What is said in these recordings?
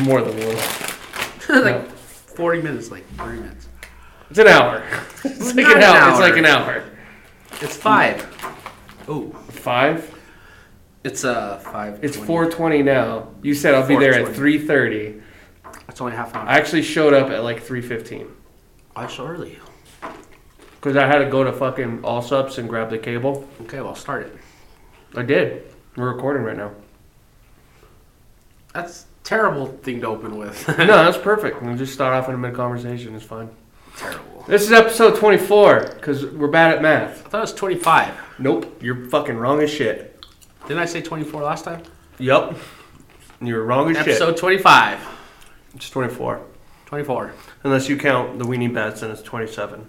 more than a little. like No. 40 minutes, like 30 minutes. It's an hour. It's like Not an an hour. It's hour. like an hour. It's five. Oh, Five. it's uh five. It's 20. 4:20 now. You said I'll be there at 4:20. 3:30. It's only half an I hour. actually showed up at like 3:15 I so early. because I had to go to fucking Allsups and grab the cable. Okay, well, start it. I did. We're recording right now. That's terrible thing to open with. No, that's perfect. We'll just start off in a mid conversation. It's fine. terrible. This is episode 24 because we're bad at math. I thought it was 25. Nope, you're fucking wrong as shit. Didn't I say 24 last time? Yup, you're wrong as shit. Episode 25. It's 24. 24. Unless you count the weenie bets, then it's 27.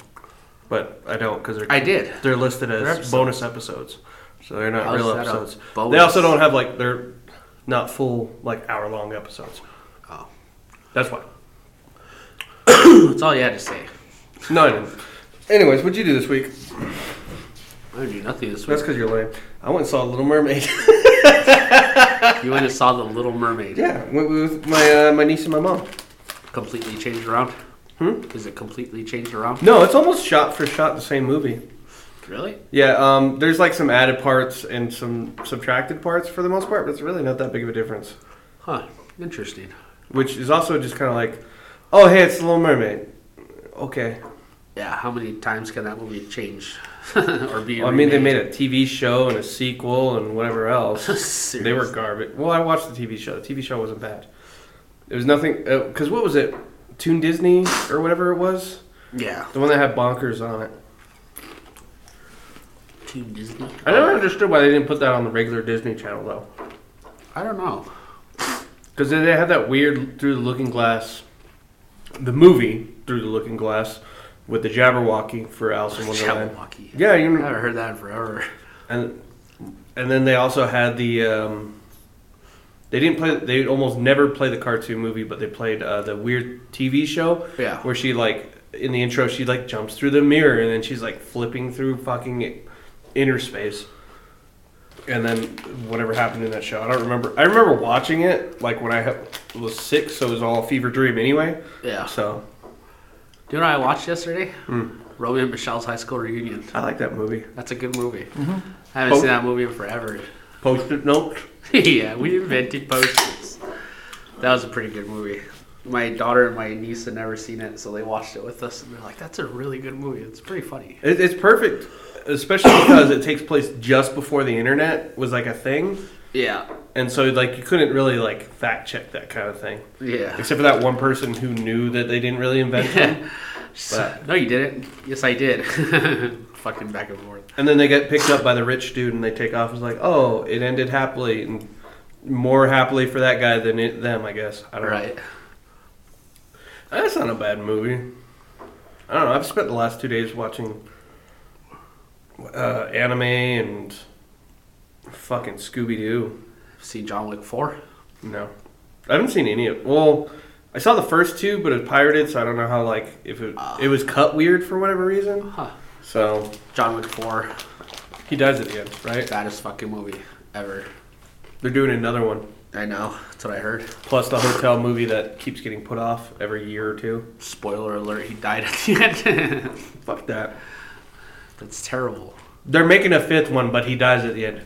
But I don't because they're I did. they're listed as They're episodes. bonus episodes, so they're not How's real that a episodes. They bonus? also don't have like they're not full like hour long episodes. Oh. That's why. That's all you had to say. None. Anyways, what'd you do this week? I didn't do nothing this That's week. because you're lame. I went and saw Little Mermaid. you went and saw The Little Mermaid. yeah, went with my uh, my niece and my mom. Completely changed around. Hmm? Is it completely changed around? No, it's almost shot for shot the same movie. Really? Yeah, um, there's like some added parts and some subtracted parts for the most part, but it's really not that big of a difference. Huh. Interesting. Which is also just kind of like, oh hey, it's the Little Mermaid. Okay. Yeah, how many times can that movie change or be? Well, I mean, they made a TV show and a sequel and whatever else. they were garbage. Well, I watched the TV show. The TV show wasn't bad. It was nothing. Because what was it? Toon Disney or whatever it was? yeah. The one that had bonkers on it. Team Disney. I never understood why they didn't put that on the regular Disney Channel, though. I don't know. Because they had that weird Through the Looking Glass, the movie Through the Looking Glass, with the Jabberwocky for Alice in Wonderland. Jabberwocky. Yeah, I you haven't heard that in forever. and and then they also had the um, they didn't play. They almost never play the cartoon movie, but they played uh, the weird TV show Yeah. where she like in the intro she like jumps through the mirror and then she's like flipping through fucking inner space. And then whatever happened in that show, I don't remember. I remember watching it like when I ha- was sick, so it was all a fever dream anyway. Yeah. So Do you know what I watched yesterday? Hmm. Romeo and Michelle's high school reunion. I like that movie. That's a good movie. I haven't Oh. seen that movie in forever. Post-it notes. yeah, we invented post-its. That was a pretty good movie. My daughter and my niece had never seen it, so they watched it with us, and they're like, "That's a really good movie. It's pretty funny." It, it's perfect, especially because it takes place just before the internet was like a thing, Yeah. and so like you couldn't really like fact check that kind of thing, Yeah. except for that one person who knew that they didn't really invent them. But- no, you didn't. Yes, I did. Fucking back and forth. And then they get picked up by the rich dude, and they take off. It's like, oh, it ended happily, and more happily for that guy than it, them, I guess. I don't Right. know. That's not a bad movie. I don't know. I've spent the last two days watching uh, anime and fucking Scooby Doo. See John Wick 4? No, I haven't seen any of. Well, I saw the first two, but it was pirated, so I don't know how like if it it was cut weird for whatever reason. Huh. So John Wick 4, he dies at the end, right? baddest fucking movie ever. They're doing another one, I know. That's what I heard. plus the hotel movie that keeps getting put off every year or two. Spoiler alert, he died at the end. Fuck that. That's terrible. They're making a fifth one, but he dies at the end.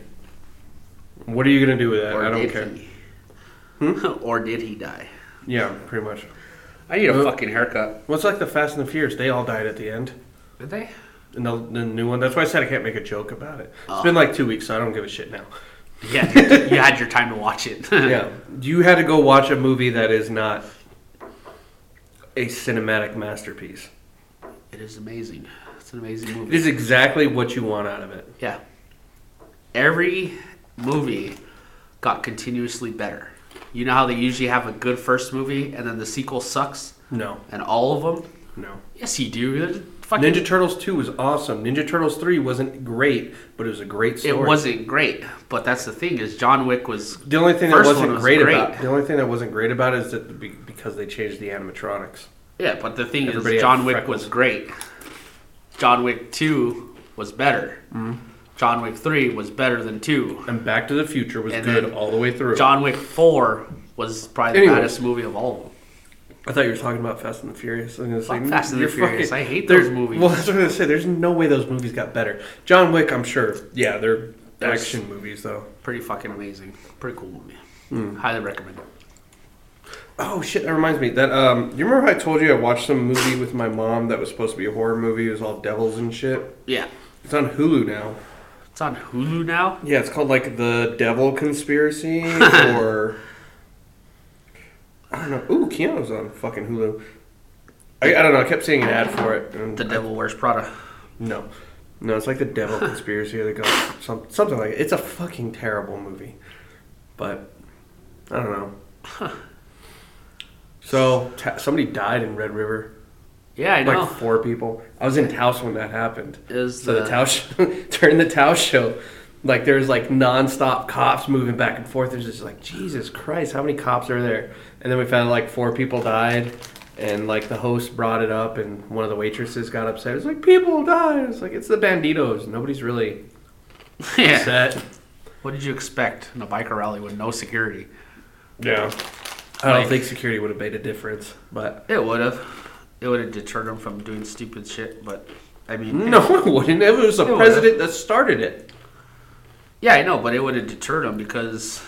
What are you gonna do with that? Or I don't did care. he? or did he die? Yeah, pretty much. I need Uh, a fucking haircut. What's like the Fast and the Furious? They all died at the end. Did they? And the, the new one. That's why I said I can't make a joke about it. It's Oh. been like two weeks, so I don't give a shit now. Yeah, dude, you had your time to watch it. yeah, you had to go watch a movie that is not a cinematic masterpiece. It is amazing. It's an amazing It movie. is exactly what you want out of it. Yeah. Every movie got continuously better. You know how they usually have a good first movie and then the sequel sucks? No, And all of them? no. Yes, you do. There's Fucking, Ninja Turtles 2 was awesome. Ninja Turtles 3 wasn't great, but it was a great it story. wasn't great, but that's the thing is John Wick was The only thing that First wasn't one was great, great. about the only thing that wasn't great about it is that be- because they changed the animatronics. yeah, but the thing Everybody had is John Wick freckles. was great. John Wick 2 was better. Mm-hmm. John Wick 3 was better than 2. And Back to the Future was And good then all the way through. John Wick 4 was probably the Anyway. baddest movie of all of them. I thought you were talking about Fast and the Furious. I'm gonna say Fuck Fast and the you're Furious. I hate there's- those movies. Well, that's what I was gonna say. There's no way those movies got better. John Wick, I'm sure. Yeah, they're There's- action movies though. Pretty fucking amazing. Pretty cool movie. Mm-hmm. Highly recommend it. Oh shit! That reminds me. That um, you remember I told you I watched some movie with my mom that was supposed to be a horror movie. It was all devils and shit. Yeah. It's on Hulu now. It's on Hulu now. Yeah, it's called like the Devil Conspiracy or I don't know. Ooh, Keanu's on fucking Hulu. I, I don't know. I kept seeing an ad for it. And The Devil Wears Prada. No, no, it's like the Devil Conspiracy or the Ghost, some, something like it. It's a fucking terrible movie, but I don't know. So ta- somebody died in Red River. Yeah, I like know. four people. I was in Taos when that happened. It was so the, the- Taos sh- during the Taos show, like there's like nonstop cops moving back and forth. There's just like Jesus Christ, how many cops are there? And then we found like four people died, and like the host brought it up, and one of the waitresses got upset. It's like people died. It's like it's the banditos. Nobody's really yeah. upset. What did you expect in a biker rally with no security? Yeah. I don't Like- think security would have made a difference, but It would have. It would have deterred him from doing stupid shit, but I mean, no, it wouldn't. It was the It would've. president that started it. yeah, I know, but it would have deterred him because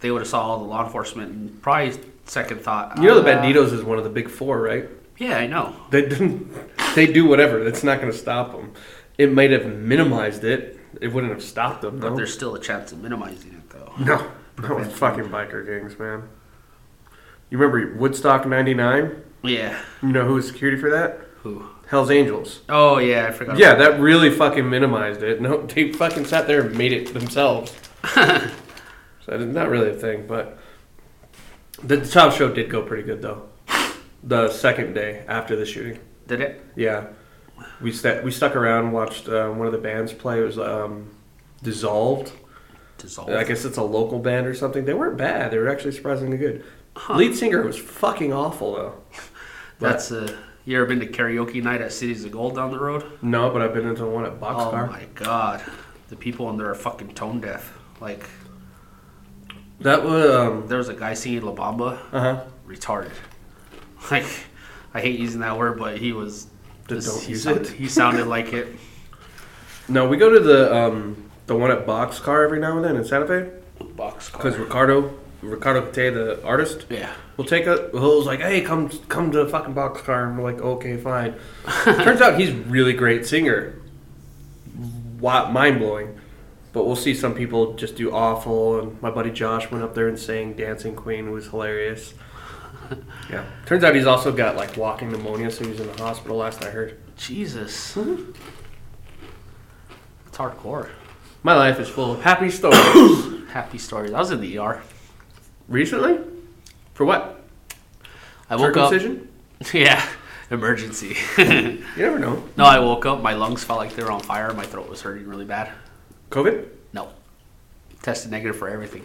they would have saw all the law enforcement and probably second thought. You know, the uh, banditos is one of the big four, right? Yeah, I know. They didn't. They do whatever. That's not going to stop them. It might have minimized it. It wouldn't have stopped them. But No. there's still a chance of minimizing it, though. No. No. It's fucking biker gangs, man. You remember Woodstock '99? Yeah. You know who was security for that? Who? Hell's Angels. Oh yeah, I forgot. Yeah, that really fucking minimized it. No, they fucking sat there and made it themselves. so it's not really a thing, but the top show did go pretty good though. The second day after the shooting. Did it? Yeah, we st- we stuck around, watched uh, one of the bands play. It was um, Dissolved. Dissolve. I guess it's a local band or something. They weren't bad. They were actually surprisingly good. Lead singer was fucking awful though. That's a. You ever been to karaoke night at Cities of Gold down the road? No, but I've been into one at Oh Boxcar. my god, the people in there are fucking tone deaf. Like that was um, there was a guy singing La Bamba, uh huh. retarded. Like I hate using that word, but he was. Then don't he use sounded, it. He sounded like it. No, we go to the um, the one at Boxcar every now and then in Santa Fe because Boxcar. Ricardo Ricardo Cate, the artist, Yeah. We'll take a. Well, was like, hey, come, come to fucking boxcar, and we're like, okay, fine. Turns out he's a really great singer. Wow, mind blowing. But we'll see some people just do awful. And my buddy Josh went up there and sang "Dancing Queen," it was hilarious. Yeah. Turns out he's also got like walking pneumonia, so he was in the hospital last I heard. Jesus. Mm-hmm. It's hardcore. My life is full of happy stories. Happy story. I was in the ER. Recently, for what? I woke up. Circumcision? Yeah. Emergency. You never know. no, I woke up. My lungs felt like they were on fire. My throat was hurting really bad. COVID? No. Tested negative for everything.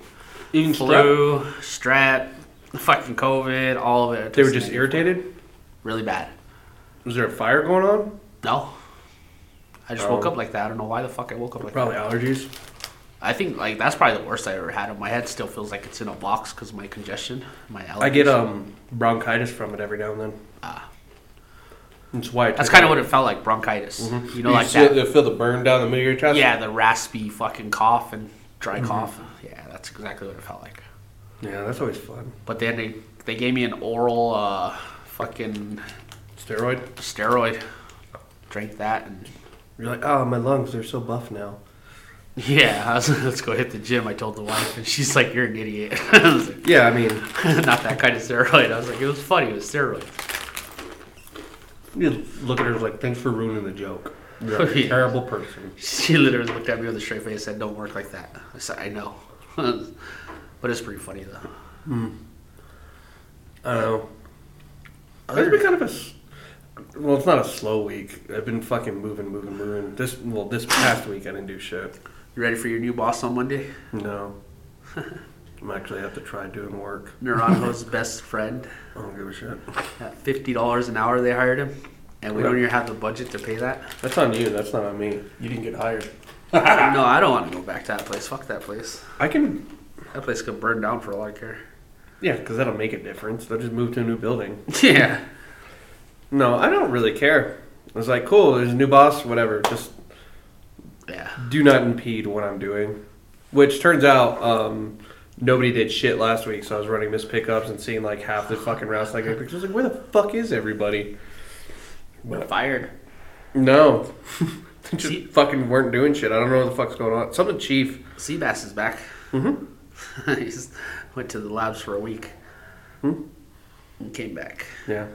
Even strep? Flu, strep, fucking COVID, all of it. They were Tested just negative. irritated. Really bad. Was there a fire going on? No. I just woke Oh. up like that. I don't know why the fuck I woke up like Probably that. allergies. I think like that's probably the worst I ever had. My head still feels like it's in a box because of my congestion, my allergies. I get um bronchitis from it every now and then. Ah. That's why. That's kind of what it felt like bronchitis. Mm-hmm. You know, like feel, that. feel the burn down the middle of your chest. Yeah, the raspy fucking cough and dry Mm-hmm. cough. Yeah, that's exactly what it felt like. Yeah, that's always fun. But then they they gave me an oral uh, fucking Steroid. steroid. Drank that and You're like, oh, my lungs are so buff now. yeah, I was like, let's go hit the gym. I told the wife and she's like, "You're an idiot." I was like, Yeah, I mean, Not that kind of steroid. I was like, it was funny. It was steroid. you look at her like, thanks for ruining the joke. You're a Yeah. terrible person. She literally looked at me with a straight face and said, "Don't work like that." I said, "I know," but it's pretty funny though. I don't know. It's been kind of a. s- Well, it's not a slow week. I've been fucking moving, moving, moving. This well, this past week I didn't do shit. You ready for your new boss on Monday? No, I'm actually have to try doing work. Naranjo's best friend I don't give a shit. at fifty dollars an hour. They hired him, and we don't even have the budget to pay that. That's on you. That's not on me. You didn't get hired. no, I don't want to go back to that place. Fuck that place. I can. That place could burn down for all I care. Yeah, because that'll make a difference. They'll just move to a new building. Yeah. No, I don't really care. I was like, cool, there's a new boss, whatever. Just Yeah. do not impede what I'm doing. Which turns out um, nobody did shit last week, so I was running missed pickups and seeing like half the fucking routes like pictures. I was like, where the fuck is everybody? We're fired. No, they just See- fucking weren't doing shit. I don't know what the fuck's going on. Something chief. Seabass is back. Mm-hmm. Hmm? He's went to the labs for a week. And came back. Yeah,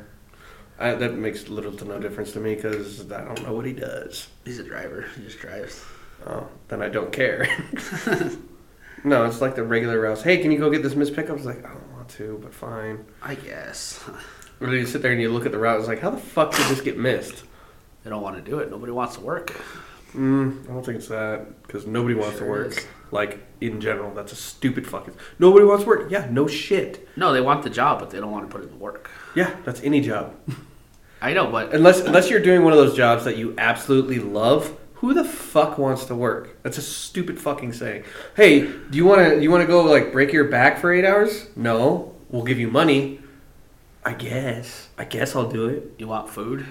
I, that makes little to no difference to me because I don't know what he does. He's a driver. He just drives. Oh, then I don't care. no, it's like the regular routes. Hey, can you go get this missed pickup? It's like, I don't want to, but fine. I guess. Or you sit there and you look at the route. It's like, how the fuck did this get missed? They don't want to do it. Nobody wants to work. Mm, I don't think it's that because nobody wants Sure to work. is. Like in general, that's a stupid fucking. Nobody wants to work. Yeah, no shit. No, they want the job, but they don't want to put in the work. Yeah, that's any job. I know, but Unless unless you're doing one of those jobs that you absolutely love, who the fuck wants to work? That's a stupid fucking saying. Hey, do you want to you want to go like break your back for 8 hours? No. We'll give you money. I guess. I guess I'll do it. you want food?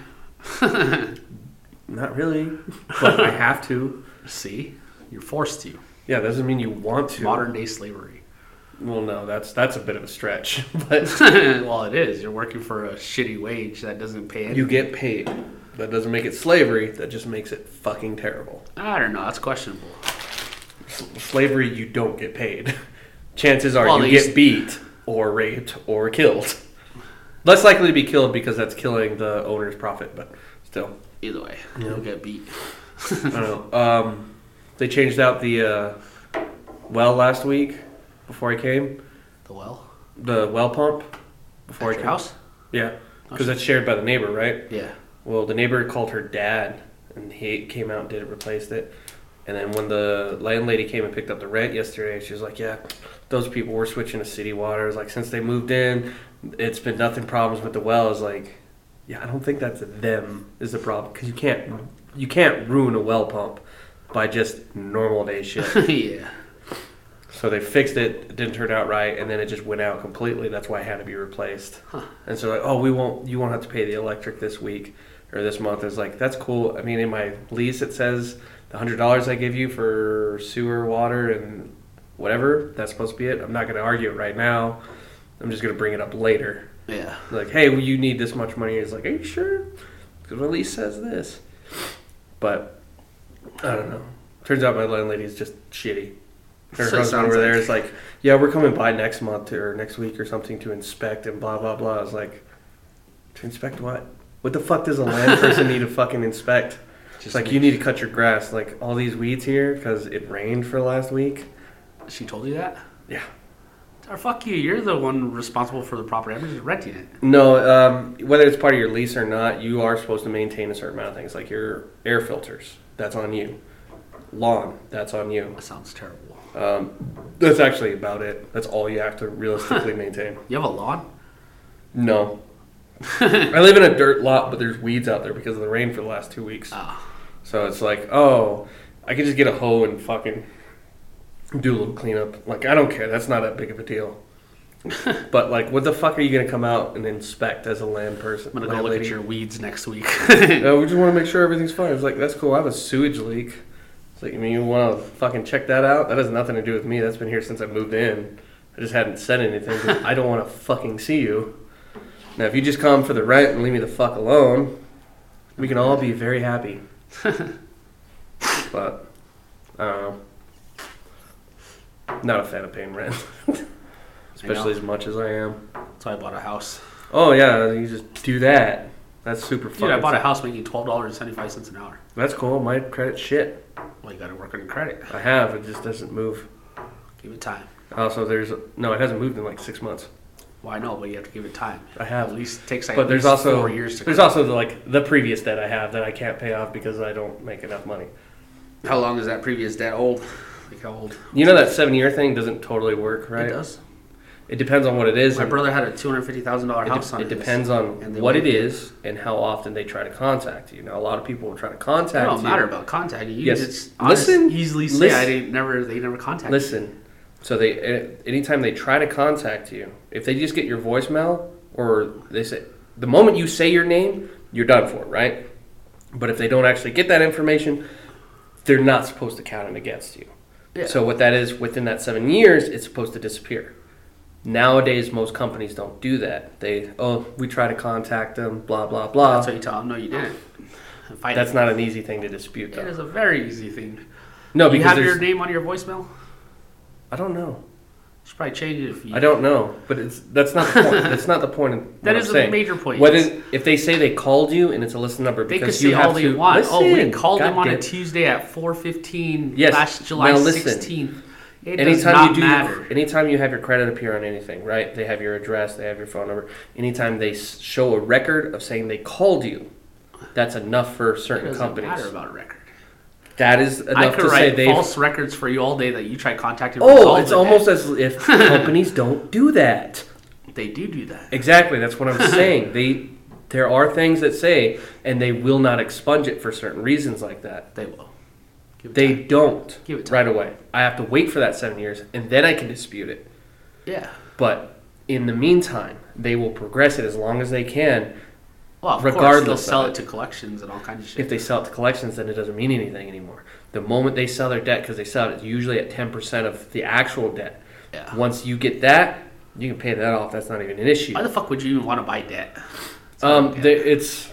Not really, but I have to. See? You're forced to. Yeah, doesn't mean you want to. Modern day slavery. Well, no, that's that's a bit of a stretch, but well, it is. You're working for a shitty wage that doesn't pay any. you get paid. That doesn't make it slavery. That just makes it fucking terrible. I don't know. That's questionable. slavery you don't get paid chances are Well, you they get used- beat or raped or killed less likely to be killed because that's killing the owner's profit but still Either way, you'll get beat. i don't know um, they changed out the uh, well last week before i came The well? the well pump before i At your came house? Oh, yeah because that's shared by the neighbor right Yeah. Well, the neighbor called her dad, and he came out and did it, replaced it. And then when the landlady came and picked up the rent yesterday, she was like, "Yeah, those people were switching to city water. It's Like since they moved in, it's been nothing problems with the well." Is like, yeah, I don't think that's them is the problem because you can't you can't ruin a well pump by just normal day shit. yeah. so they fixed it, it didn't turn out right, and then it just went out completely. That's why it had to be replaced. Huh. And so like, oh, we won't, you won't have to pay the electric this week or this month. It's like that's cool. I mean, in my lease it says the hundred dollars I give you for sewer, water, and whatever that's supposed to be it. I'm not going to argue it right now. I'm just going to bring it up later. Yeah. Like, hey, well, you need this much money. It's like, are you sure? Because my lease says this. But I don't know. Turns out my landlady is just shitty. Her So it husband sounds over there like- is like, yeah, we're coming by next month or next week or something to inspect and blah blah blah. I was like, to inspect what? What the fuck does a land person need to fucking inspect? It's Just like you need to cut your grass. Like all these weeds here because it rained for the last week. She told you that? Yeah. Or fuck you. You're the one responsible for the property. I'm just renting it. No, um, whether it's part of your lease or not, you are supposed to maintain a certain amount of things, like your air filters. That's on you. Lawn. That's on you. That sounds terrible. Um, that's actually about it. That's all you have to realistically maintain. You have a lawn? No. I live in a dirt lot, but there's weeds out there because of the rain for the last two weeks. Ah. So it's like, oh, I could just get a hoe and fucking do a little cleanup. Like, I don't care. That's not that big of a deal. but like, what the fuck are you gonna come out and inspect as a land person? I'm going to go land look at lady? your weeds next week. Yeah, Oh, we just want to make sure everything's fine. It's like, that's cool. I have a sewage leak. It's like, I mean, you want to fucking check that out? That has nothing to do with me. That's been here since I moved in. I just hadn't said anything. 'cause I don't want to fucking see you. Now, if you just come for the rent and leave me the fuck alone, we can all be very happy. but, I don't know. Not a fan of paying rent, especially as much as I am. so I bought a house. Oh, yeah, you just do that. That's super Dude, fucking. I bought a house making $12.75 an hour. That's cool. My credit's shit. Well, you got to work on your credit. I have. It just doesn't move. Give it time. Also, there's no. It hasn't moved in like six months. Well, I know, but you have to give it time. I have. At least it takes like but at there's least also four years to there's clear. also the, like the previous debt I have that I can't pay off because I don't make enough money. How long is that previous debt old? Like how old? You know that seven year thing doesn't totally work, right? It does. It depends on what it is. My and brother had a two hundred fifty thousand dollar it, house de- on it his- depends and on they what it won't- is and how often they try to contact you. Now, a lot of people will try to It contact don't you. matter about contacting. You Yes. can just honest, Listen. easily say Listen. I didn't never they never contacted. Listen, So they a- anytime they try to contact you, if they just get your voicemail or they say the moment you say your name, you're done for, right? But if they don't actually get that information, they're not supposed to count it against you. Yeah. So what that is within that 7 years, it's supposed to disappear. Nowadays most companies don't do that. They oh, we try to contact them, blah blah blah. That's what you tell them. No, you didn't. Fight That's it. not an easy thing to dispute It though. is a very easy thing. No, you because have there's, your name on your voicemail. You I don't know. should probably change it if you. I don't know, but it's that's not the point. that's not the point. Of what That I'm is a saying. major point, yes. Whether if they say they called you and it's a list number They could because say you have all they to want. Listen, oh, we called them on goddamn- a Tuesday at 4:15 Yes, last July now listen. 16th. It does Anytime not you do, matter. anytime you have your credit appear on anything, right? They have your address, they have your phone number. Anytime they s- show a record of saying they called you, that's enough for it certain doesn't companies. matter about a record. That is I enough could to say write they. false records for you all day that you try contacting. us all Oh, it's day. almost as if companies don't do that. they do do that. Exactly, that's what I'm saying. They there are things that say and they will not expunge it for certain reasons like that. They will. Give it They time. don't Give it time. right away. I have to wait for that 7 years and then I can dispute it. yeah. But in the meantime, they will progress it as long as they can. Well, of course they'll regardless of sell it. it to collections and all kinds of shit. If they sell it to collections, then it doesn't mean anything anymore. The moment they sell their debt, because they sell it usually at 10% of the actual debt. Yeah. Once you get that, you can pay that off. That's not even an issue. Why the fuck would you even want to buy debt? Um, Okay. there, it's.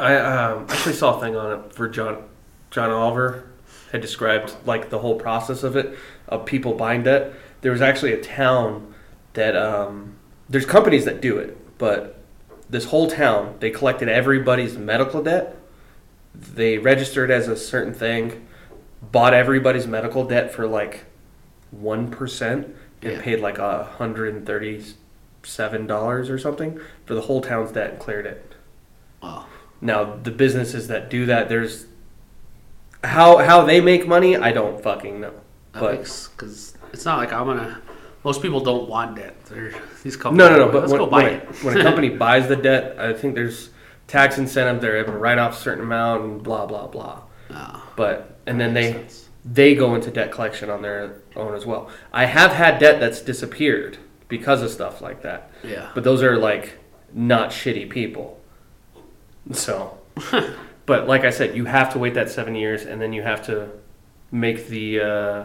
I um, actually saw a thing on it for John. John Oliver had described like the whole process of it of people buying debt. There was actually a town that um, there's companies that do it, but this whole town they collected everybody's medical debt. They registered as a certain thing, bought everybody's medical debt for like one percent, and Yeah. paid like a hundred and thirty-seven dollars or something for the whole town's debt and cleared it. Well, Now the businesses that do that, there's how how they make money. I don't fucking know. that But because it's not like I'm gonna. Most people don't want debt. They're these companies. no, no, no. are like, But let's when, go buy when, a, it. when a company buys the debt, I think there's tax incentive. They're able to write off a certain amount and blah blah blah. Oh, But and then makes they sense. they go into debt collection on their own as well. I have had debt that's disappeared because of stuff like that. yeah. But those are like not shitty people. So, but like I said, you have to wait that seven years, and then you have to make the uh,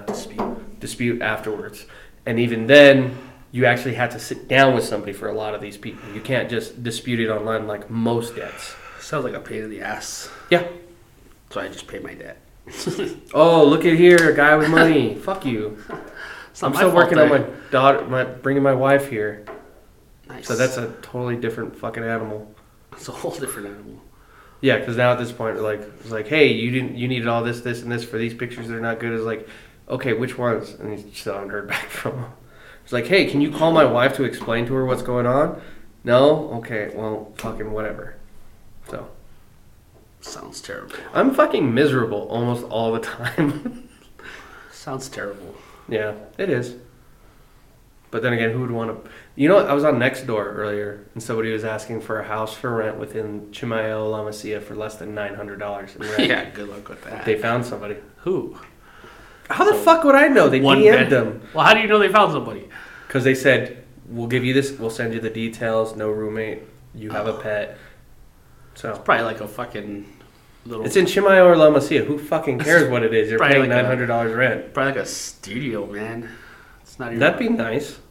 dispute afterwards. And even then, you actually have to sit down with somebody for a lot of these people. You can't just dispute it online like most debts. Sounds like a pain in the ass. Yeah. So I just pay my debt. Oh, look at here, a guy with money. Fuck you. It's not I'm my still fault working on I- my daughter, my bringing my wife here. Nice. So that's a totally different fucking animal. It's a whole different animal. Yeah, because now at this point, like it's like, hey, you didn't, you needed all this, this, and this for these pictures. They're not good. It's like, okay, which ones? And you still haven't heard back from him. It's like, hey, can you call my wife to explain to her what's going on? No, okay, well, fucking whatever. So Sounds terrible. I'm fucking miserable almost all the time. Sounds terrible. yeah, it is. But then again, who would want to? You know, what? I was on Nextdoor earlier, and somebody was asking for a house for rent within Chimayo La Masia for less than nine hundred dollars. Yeah. Good luck with that. They found somebody. Who? How the fuck would I know? They DM'd bed. them Well, how do you know they found somebody? because they said, "We'll give you this. We'll send you the details. No roommate. You have a pet." So Probably like a fucking little. it's in Chimayo or La Masia. Who fucking cares what it is? You're Probably paying like a- nine hundred dollars rent. probably like a studio, man. It's not even. That'd be nice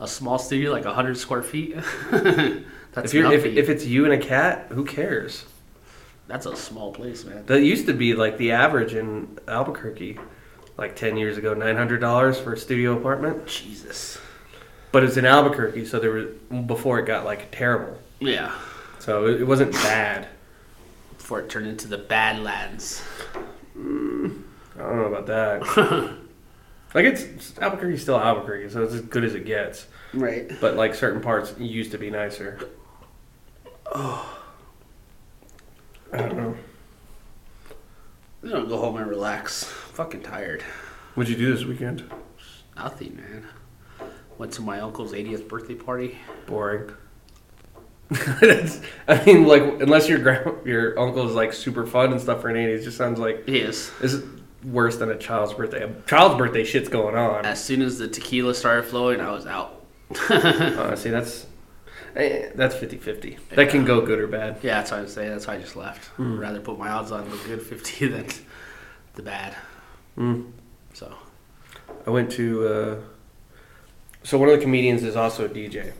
a small studio like 100 square feet that's if you're if, nothing. if it's you and a cat. Who cares? that's a small place man That used to be like the average in Albuquerque, like ten years ago, nine hundred dollars for a studio apartment. jesus But it's in Albuquerque, so there were before it got like terrible. yeah So it, it wasn't bad. before it turned into the badlands I don't know about that. like it's Albuquerque's still Albuquerque, so it's as good as it gets. right But like certain parts used to be nicer. Oh. I don't know. i'm gonna go home and relax fucking tired What'd you do this weekend? nothing man went to my uncle's 80th birthday party Boring. That's- I mean, like unless your grand, your uncle is like super fun and stuff for an eighty, it just sounds like yes is worse than a child's birthday. A child's birthday shit's going on. As soon as the tequila started flowing, I was out. Uh, see, that's eh, that's 50-50. That can go good or bad. Yeah, that's what I'm saying. That's why I just left. Hmm. I'd rather put my odds on the good 50 than the bad. Mm. So, I went to. Uh, so one of the comedians is also a DJ.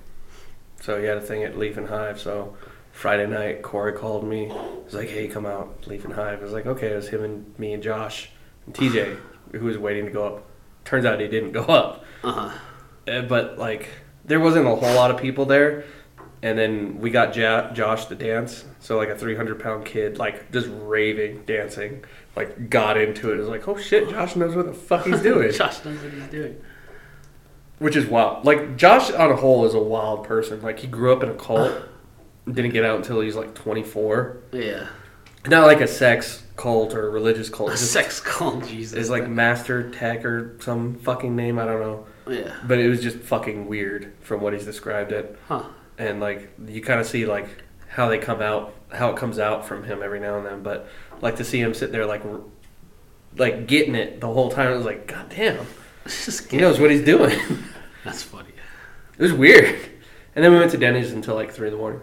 So he had a thing at Leaf and Hive. So Friday night, Corey called me. He's like, "Hey, come out, Leaf and Hive." I was like, "Okay." It was him and me and Josh and TJ, who was waiting to go up. Turns out he didn't go up. uh huh. Uh, but like there wasn't a whole lot of people there and then we got ja- josh to dance so like a 300 pound kid like just raving dancing like got into it it was like oh shit josh knows what the fuck he's doing Josh knows what he's doing. which is wild like josh on a whole is a wild person like he grew up in a cult didn't get out until he's like 24 Yeah. not like a sex cult or religious cult A just sex call, Jesus. is like master tech or some fucking name i don't know Yeah. but it was just fucking weird from what he's described it Huh. and like you kind of see like how they come out how it comes out from him every now and then but like to see him sit there like r- like getting it the whole time it was like god damn Just he knows what he's doing That's funny. it was weird and then we went to denny's until like three in the morning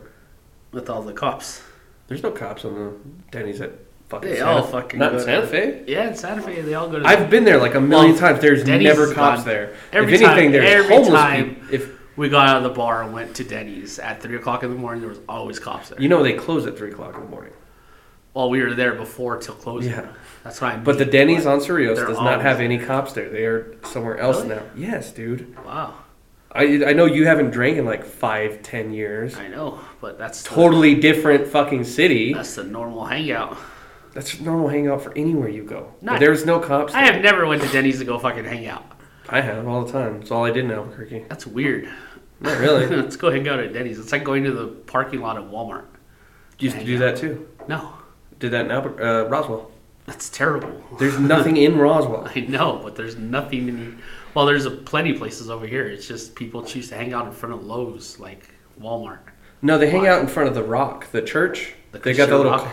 With all the cops. there's no cops on the denny's at fucking They santa, all fucking not go in to- santa fe Yeah, in Santa Fe, they all go to i've been there like a million Well, times there's Denny's never is cops gone. there Every if anything time- there's every homeless time. people if We got out of the bar and went to Denny's at 3 o'clock in the morning. There was always cops there. you know they close at three o'clock in the morning well, we were there before till closing. Yeah. That's what I mean. But the Denny's on Cerritos They're does not have always- any cops there. They are somewhere else Really? now. Yes, dude. Wow. I I know you haven't drank in like five, ten years. I know, but that's the- Totally different fucking city. that's the normal hangout. That's a normal hangout for anywhere you go. But Not- There's no cops. I there. have never went to Denny's to go fucking hang out. I have all the time. It's all I did in Albuquerque. That's weird. Not really. Let's go hang out at Denny's. It's like going to the parking lot of Walmart. Used to do that too. No, Did that in Albert, uh, Roswell. that's terrible. There's nothing in Roswell. I know, but there's nothing in. Well, there's a plenty places over here. It's just people choose to hang out in front of Lowe's, like Walmart. No, they hang out in front of the rock, the church. The they got the Christian little, rock?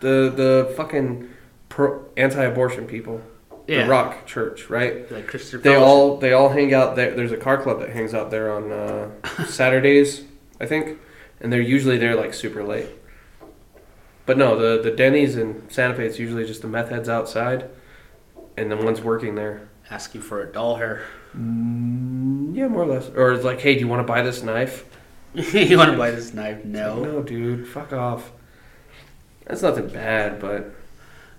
the the fucking pro, anti-abortion people. Yeah. The rock church, right? The Christian. They Fellowship. all they all hang out there. There's a car club that hangs out there on uh, Saturdays, I think, and they're usually there like super late. But no, the the Denny's in Santa Fe, it's usually just the meth heads outside, and the ones working there. ask you for a doll hair. Mm, yeah, more or less. Or it's like, hey, do you want to buy this knife? you want to buy this knife? It's like, No. no, dude, fuck off. That's nothing bad, but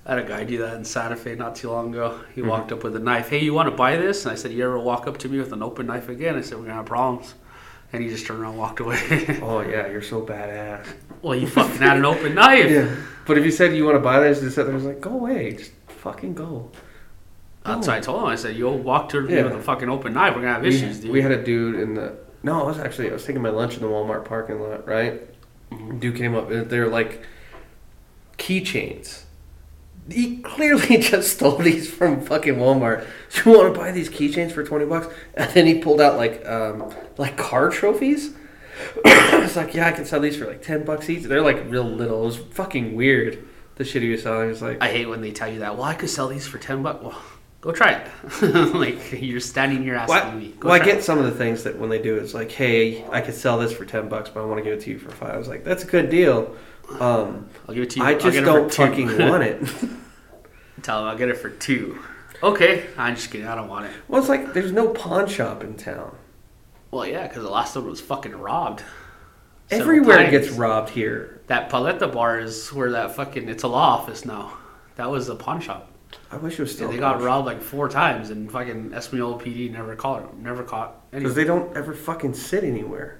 I had a guy do that in Santa Fe not too long ago. He Mm-hmm. walked up with a knife. Hey, you want to buy this? And I said, You ever walk up to me with an open knife again? I said, We're going to have problems. And he just turned around and walked away. oh yeah, you're so badass. well, you fucking had an open knife. But if you said you want to buy this, just sit there, it's like, go away, just fucking go. That's what I told him. I said, You'll walk to me Yeah. with a fucking open knife. We're going to have we, issues, dude. we had a dude in the no, I was actually I was taking my lunch in the Walmart parking lot, right? Mm-hmm. Dude came up and they're like keychains. He clearly just stole these from fucking Walmart. You want to buy these keychains for twenty bucks? And then he pulled out like um, like car trophies. it's like yeah, I can sell these for like ten bucks each. They're like real little. It was fucking weird. The shit he was selling was like I hate when they tell you that. Well, I could sell these for 10 bucks. Well, go try it. like, you're standing here asking Well, me. Go well, I try get it. some of the things that when they do, it's like, hey, I could sell this for ten bucks, but I want to give it to you for five. I was like, that's a good deal. Um, I'll give it to you. I I'll just get it for don't two. fucking want it. Tell him I'll get it for two. Okay. I'm just kidding. I don't want it. Well, it's like there's no pawn shop in town. Well, yeah, because the last one was fucking robbed. Several Everywhere times. gets robbed here. That Paleta bar is where that fucking it's a law office now. That was a pawn shop. I wish it was still. And they got robbed like four times, and fucking Espanol PD never caught never caught because anyone. they don't ever fucking sit anywhere.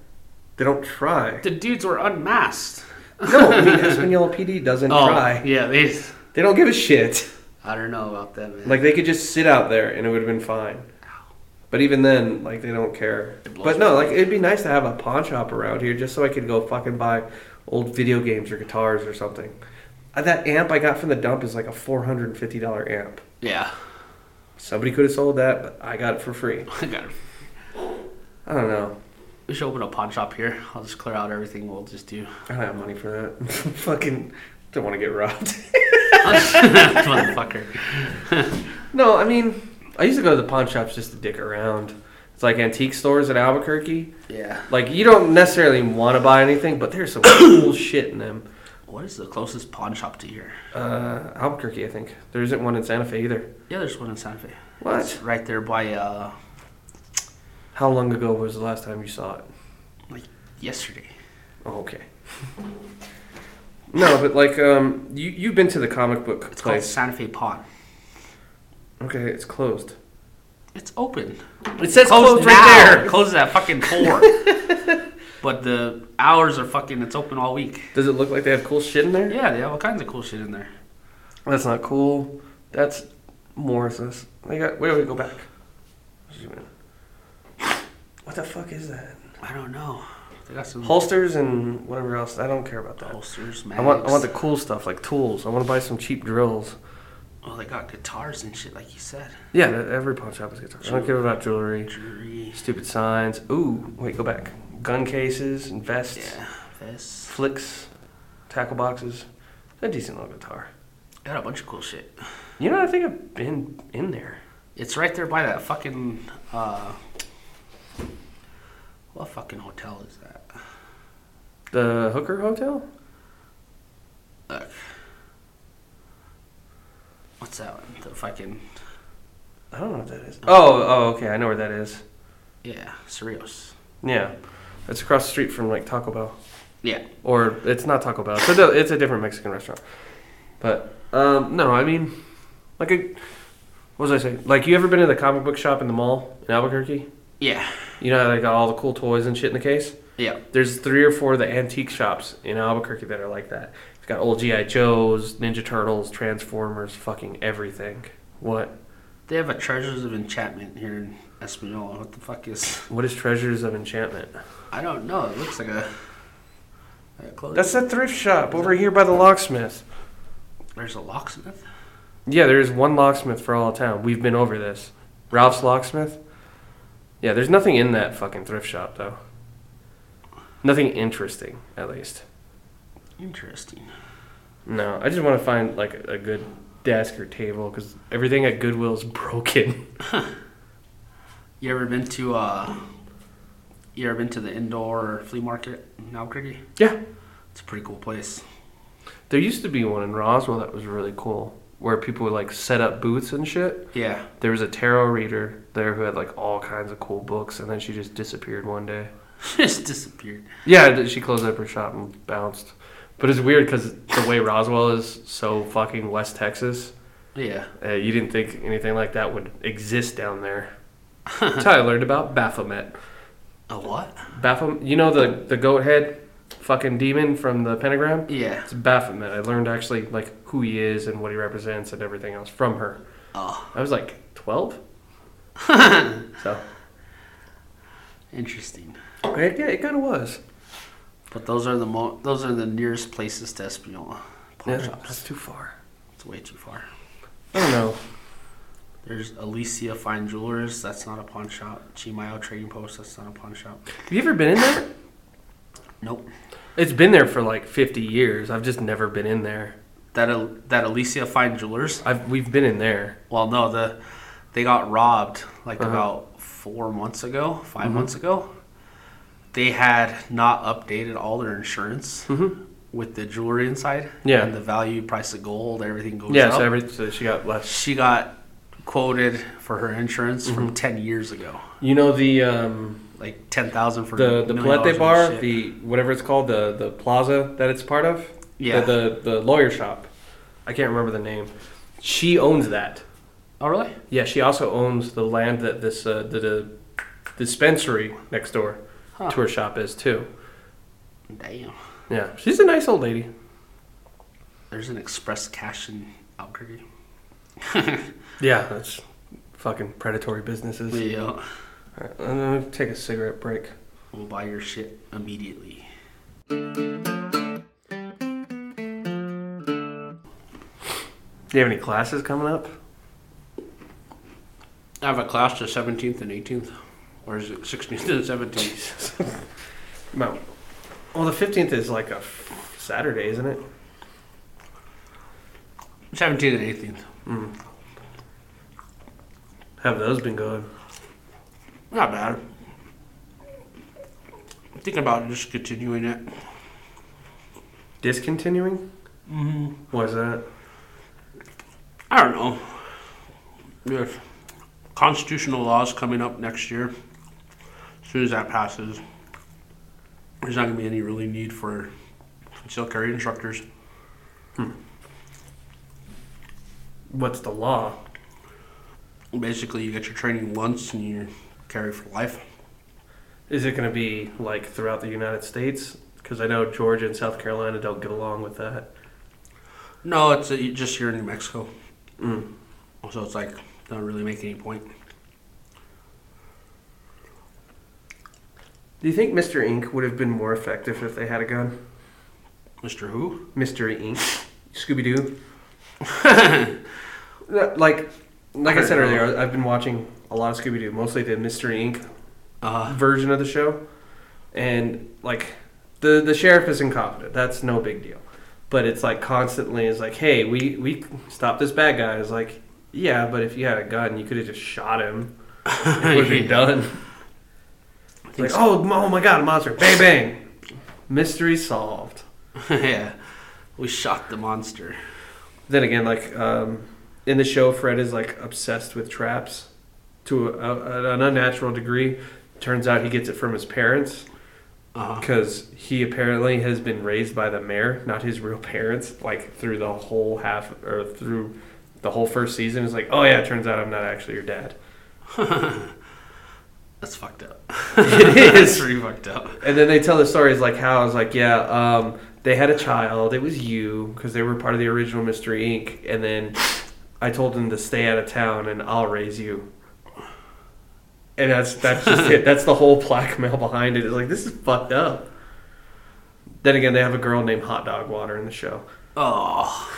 They don't try. the dudes were unmasked. Oh, no, I mean Espanol PD doesn't try. yeah, they. just- They don't give a shit. I don't know about that man. Like they could just sit out there and it would have been fine. But even then, like they don't care. It blows But no, like it'd be nice to have a pawn shop around here just so I could go fucking buy old video games or guitars or something. Uh, That amp I got from the dump is like a four hundred and fifty dollar amp. yeah, Somebody could have sold that, but I got it for free. I got. it. I don't know. We should open a pawn shop here. I'll just clear out everything. We'll just do. I don't have money for that. fucking don't want to get robbed. Motherfucker. No, I mean, I used to go to the pawn shops just to dick around. It's like antique stores in Albuquerque. Yeah. Like you don't necessarily want to buy anything, but there's some cool shit in them. What is the closest pawn shop to here? Uh, Albuquerque, I think there isn't one in Santa Fe either. Yeah, there's one in Santa Fe. What? It's right there by uh, How long ago was the last time you saw it? yesterday. Oh, okay. No, but like um, you you've been to the comic book It's called place. Santa Fe Pawn. Okay, it's closed. It's open. It says Close closed right there. Closes at fucking four. but the hours are fucking. It's open all week. Does it look like they have cool shit in there? Yeah, they have all kinds of cool shit in there. That's not cool. That's Morris's. They got. Wait, wait, go back. Zoom in. What the fuck is that? I don't know. They got some Holsters and whatever else. I don't care about that. holsters, mags. I want. I want the cool stuff like tools. I want to buy some cheap drills. Oh, they got guitars and shit, like you said. Yeah, that- every pawn shop has guitars. I don't care about jewelry. Jewelry. Stupid signs. Ooh, wait, go back. Gun cases and vests, Yeah, vests. flicks, tackle boxes. A decent little guitar. Got a bunch of cool shit. You know, I think I've been in there. It's right there by that fucking. Uh, what fucking hotel is that? The Hooker Hotel. Look. What's that one? The fucking. I don't know what that is. Oh, oh, okay. I know where that is. Yeah, Cerritos. Yeah, it's across the street from like Taco Bell, Yeah. or it's not Taco Bell. It's a, di- it's a different Mexican restaurant. But um, no, I mean, like, a, what was I saying? Like, you ever been to the comic book shop in the mall in Albuquerque? Yeah. You know, how they got all the cool toys and shit in the case. Yeah. There's three or four of the antique shops in Albuquerque that are like that. It's got old GI Joes, Ninja Turtles, Transformers, fucking everything. What? They have a Treasures of Enchantment here in Espanola. What the fuck is. What is Treasures of Enchantment? I don't know. It looks like a. Like a clothing. That's a thrift shop over here by the locksmith. There's a locksmith. Yeah, there is one locksmith for all of town. We've been over this. Ralph's locksmith. Yeah, there's nothing in that fucking thrift shop though. Nothing interesting, at least. Interesting. No, I just want to find like a good desk or table because everything at Goodwill's broken. You ever been to uh you ever been to the indoor flea market in Albuquerque? Yeah, It's a pretty cool place. there used to be one in Roswell that was really cool, where people would like set up booths and shit. Yeah. There was a tarot reader there who had like all kinds of cool books, and then she just disappeared one day. Just disappeared. Yeah, th- she closed up her shop and bounced. But it's weird because the way Roswell is so fucking West Texas, Yeah. uh, you didn't think anything like that would exist down there. That's how I learned about Baphomet. A what? Baphomet, you know the the goat head, fucking demon from the pentagram. Yeah. It's Baphomet. I learned actually like who he is and what he represents and everything else from her. Oh. I was like twelve. so Interesting. it, yeah, it kind of was. But those are the mo- those are the nearest places to Espanola. Pawn Yeah, shops. that's too far. It's way too far. I don't know. There's Alicia Fine Jewelers, that's not a pawn shop. Chimayo Trading Post, that's not a pawn shop. Have you ever been in there? Nope. It's been there for like 50 years. I've just never been in there. That Al- that Alicia Fine Jewelers I've we've been in there. Well, no, the they got robbed like Uh-huh. Mm-hmm. about four months ago, 5 months ago. They had not updated all their insurance with the jewelry inside. Hmm. Yeah. and the value, price of gold, everything goes yeah, up. so every so she got less. she got quoted for her insurance Mm-hmm. from ten years ago, You know the um like ten thousand for the the million Palette dollars bar, worth of shit. the whatever it's called, the the plaza that it's part of. Yeah. The, the the lawyer shop. I can't remember the name. She owns that. oh really? Yeah, she also owns the land that this uh, the, the dispensary next door Huh. to her shop is too. Damn. Yeah, she's a nice old lady. There's an express cash in Albuquerque. Yeah, that's fucking predatory businesses. We'll, All right, I'm gonna take a cigarette break. we'll buy your shit immediately. Do you have any classes coming up? I have a class the 17th and 18th. Or is it 16th and 17th? No. Well, the fifteenth is like a f- Saturday, isn't it? 17th and 18th. Have those been going? Not bad. I'm thinking about just continuing it. Discontinuing? Mm-hmm. Why is that? I don't know. There's constitutional laws coming up next year. As soon as that passes, there's not going to be any really need for concealed carry instructors. What's the law? Basically, you get your training once and you carry for life. Is it going to be like throughout the United States? Because I know Georgia and South Carolina don't get along with that. No, it's uh just here in New Mexico. Mm. So it's like, doesn't really make any point. Do you think Mr. Ink would have been more effective if they had a gun? Mr. Who? Mr. Ink, Scooby Doo. like, like I said earlier, I've been watching a lot of Scooby Doo, mostly the Mr. Ink Uh, version of the show, and like the the sheriff is incompetent. That's no big deal, but it's like constantly is like, hey, we we stopped this bad guy. It's like, yeah, but if you had a gun, you could have just shot him. It would be done. It's like, oh, m- oh my god, a monster! Bang bang, mystery solved. yeah. We shot the monster. Then again, like um, in the show, Fred is like obsessed with traps to a, a, an unnatural degree. Turns out he gets it from his parents. Uh huh. because he apparently has been raised by the mayor, not his real parents, like through the whole half or through the whole first season. It's like, oh yeah, it turns out I'm not actually your dad. That's fucked up. It it's is. pretty fucked up. And then they tell the stories like how I was like, yeah, um, they had a child. It was you because they were part of the original Mystery Inc. And then I told them to stay out of town and I'll raise you. And that's that's just it. That's the whole blackmail behind it. It's like this is fucked up. Then again, they have a girl named Hot Dog Water in the show. Oh,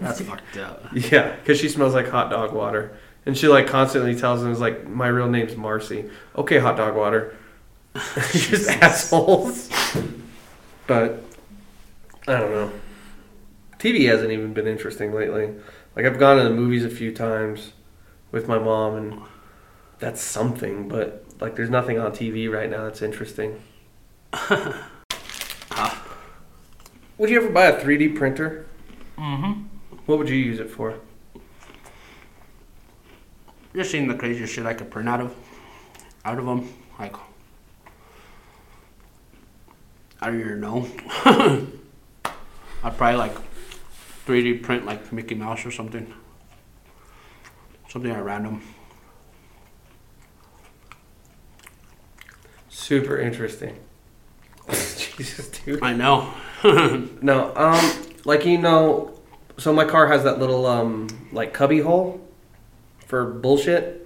that's fucked up. Yeah, because she smells like hot dog water, and she like constantly tells him, "Is like my real name's Marcy." Okay, hot dog water. Just assholes. But I don't know. TV hasn't even been interesting lately. Like I've gone to the movies a few times with my mom, and that's something. But like, there's nothing on TV right now that's interesting. Would you ever buy a 3D printer? Mm-hmm. What would you use it for? Just seeing the craziest shit I could print out of, out of them. Like, I don't even know. I'd probably like 3D print like Mickey Mouse or something. Something at random. Super interesting. Jesus, dude. I know. No, um, like you know, so my car has that little um, like cubby hole for bullshit.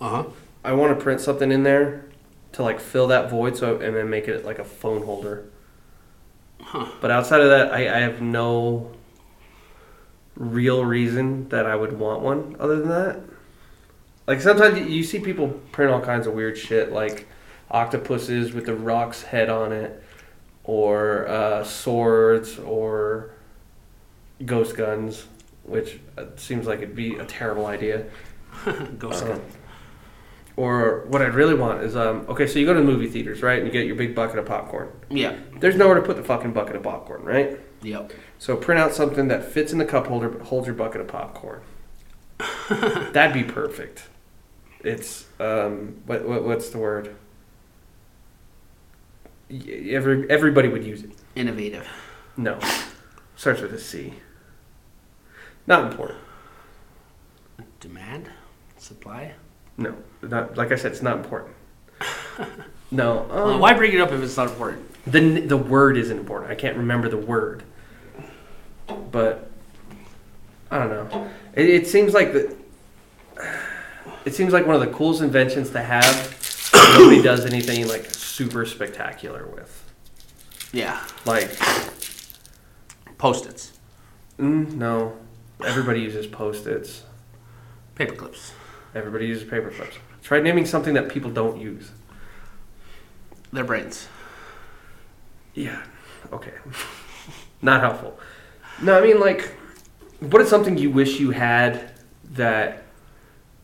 Uh huh. I want to print something in there to like fill that void, so and then make it like a phone holder. Huh. But outside of that, I, I have no real reason that I would want one other than that. Like sometimes you- you see people print all kinds of weird shit, like octopuses with the rock's head on it, or uh, swords, or ghost guns, which uh, seems like it'd be a terrible idea. Ghost Uh, gun. Or what I'd really want is um okay, so you go to the movie theaters, right? And you get your big bucket of popcorn. Yeah. There's nowhere to put the fucking bucket of popcorn, right? Yep. So print out something that fits in the cup holder but holds your bucket of popcorn. That'd be perfect. It's um what, what what's the word? Y- Every, everybody would use it. Innovative. No. Starts with a C. Not important. Demand? Supply? No. Not like I said, it's not important. No. Well, um, why bring it up if it's not important? The n- the word is important. I can't remember the word, but I don't know. It, it seems like the it seems like one of the coolest inventions to have. that nobody does anything like super spectacular with. Yeah. Like, Post-its. mm, no, everybody uses post its. Paper clips. Everybody uses paper clips. Try naming something that people don't use. Their brains. Yeah. Okay. Not helpful. No, I mean like What is something you wish you had that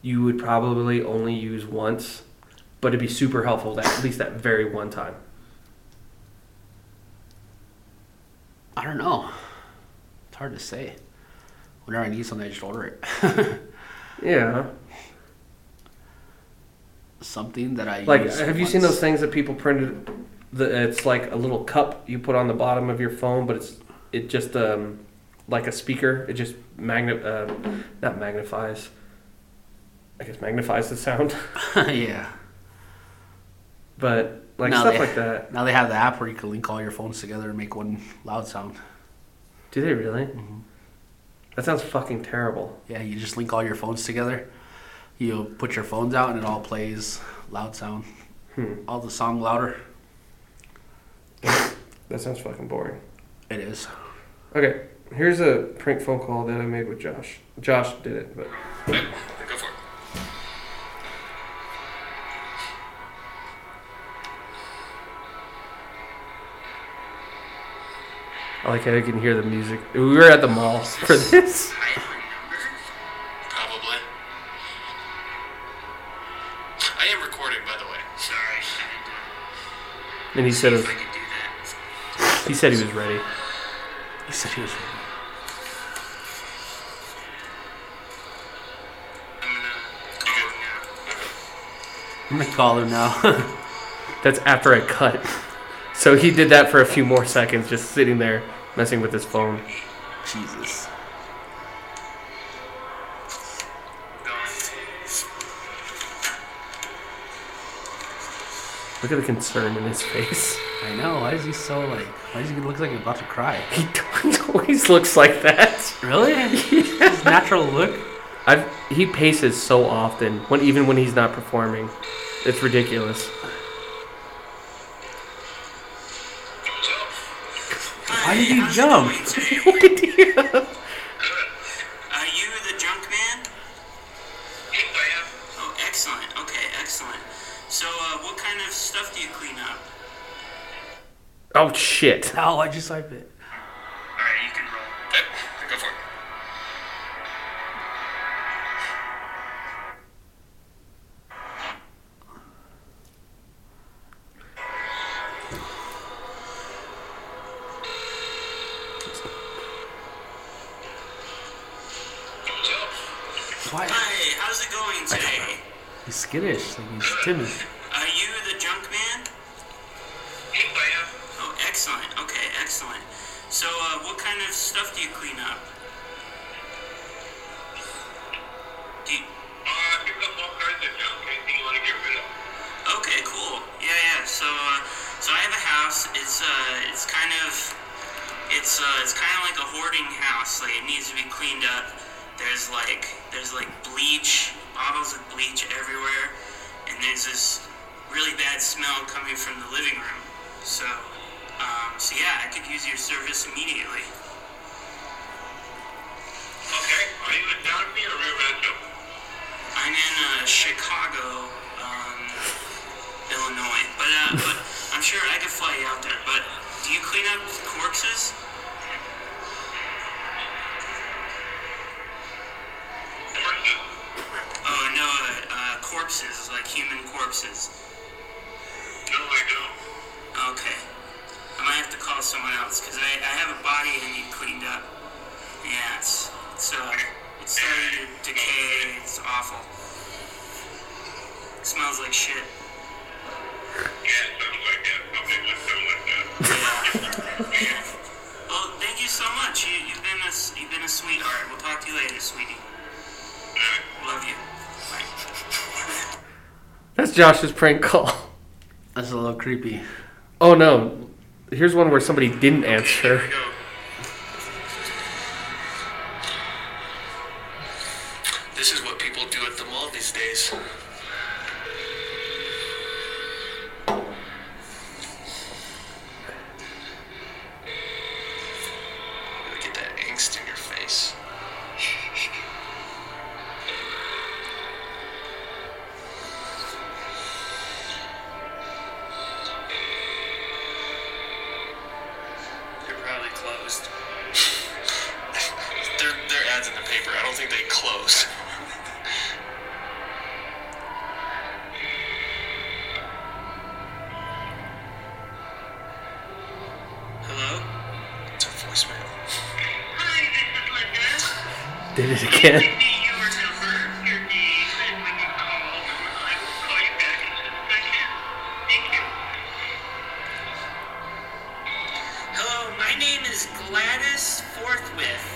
you would probably only use once, but it'd be super helpful that at least that very one time? I don't know. It's hard to say. Whenever I need something, I just order it. Yeah. something that I Like, use have you seen once. those things that people printed? The, it's like a little cup you put on the bottom of your phone, but it's it just um like a speaker. It just magnet uh, not magnifies. I guess magnifies the sound, yeah. but like No, stuff they- like that. Now they have the app where you can link all your phones together and make one loud sound. Do they really? That sounds fucking terrible. Yeah, you just link all your phones together. You put your phones out and it all plays loud sound. Hmm. All the song louder. That sounds fucking boring. It is. Okay, here's a prank phone call that I made with Josh. Josh did it, but Go for it. I like how you can hear the music. We were at the mall for this. I remember. Probably. I am recording, by the way. Sorry, I shouldn't do And he said, If I could do that. he said he was ready. He said he was. I'm gonna go now. I'm gonna call him now. That's after I cut. So he did that for a few more seconds, just sitting there messing with his phone. Jesus. Look at the concern in his face. I know. Why is he so like? Why does he look like he's about to cry? He always looks like that. Really? His natural look. I've he paces so often when even when he's not performing, it's ridiculous. Why did you jump? What did he- Are you the junk man? I am. Oh, excellent. Okay, excellent. So, uh, what kind of stuff do you clean up? oh shit! Ow! I just typed it. Alright, you can roll. Okay, go for it. Why? Hi, how's it going today? He's skittish. Like he's timid. Are you the junk man? I am. Oh, excellent. Okay, excellent. So, uh, what kind of stuff do you clean up? Do you- Uh, picked up all kinds of junk. Anything you want to get rid of? Okay, cool. Yeah, yeah. So, uh, so I have a house. It's uh, it's kind of, it's uh, it's kind of like a hoarding house. Like it needs to be cleaned up. There's like there's like bleach, bottles of bleach everywhere, and there's this really bad smell coming from the living room. So, um, so yeah, I could use your service immediately. Okay, are you in Downey or Rio Rancho? I'm in uh, Chicago, um, Illinois, but uh, but I'm sure I could fly you out there. But do you clean up corpses? Horses. Oh no, uh, uh, corpses, like human corpses. No, I don't. Okay, I might have to call someone else because I, I have a body I need cleaned up. Yeah, it's it's uh, it's starting to decay. It's awful. smells like shit. Yeah, something like that. Something like something like that. Well, Oh, thank you so much. You, you've been a s- you've been a sweetheart. We'll talk to you later, sweetie. Love you. Bye. That's Josh's prank call. That's a little creepy. Oh no! Here's one where somebody didn't answer. Here we go. This is what people do at the mall these days. Gotta get that angst in your face. They're probably closed. they're they're at close. Hello? It's a voicemail. Hi, this is Linda. Did it again. Need your number, your name, and when you call, I will call you back in just a second. Thank you. Hello, my name is Gladys Forthwith.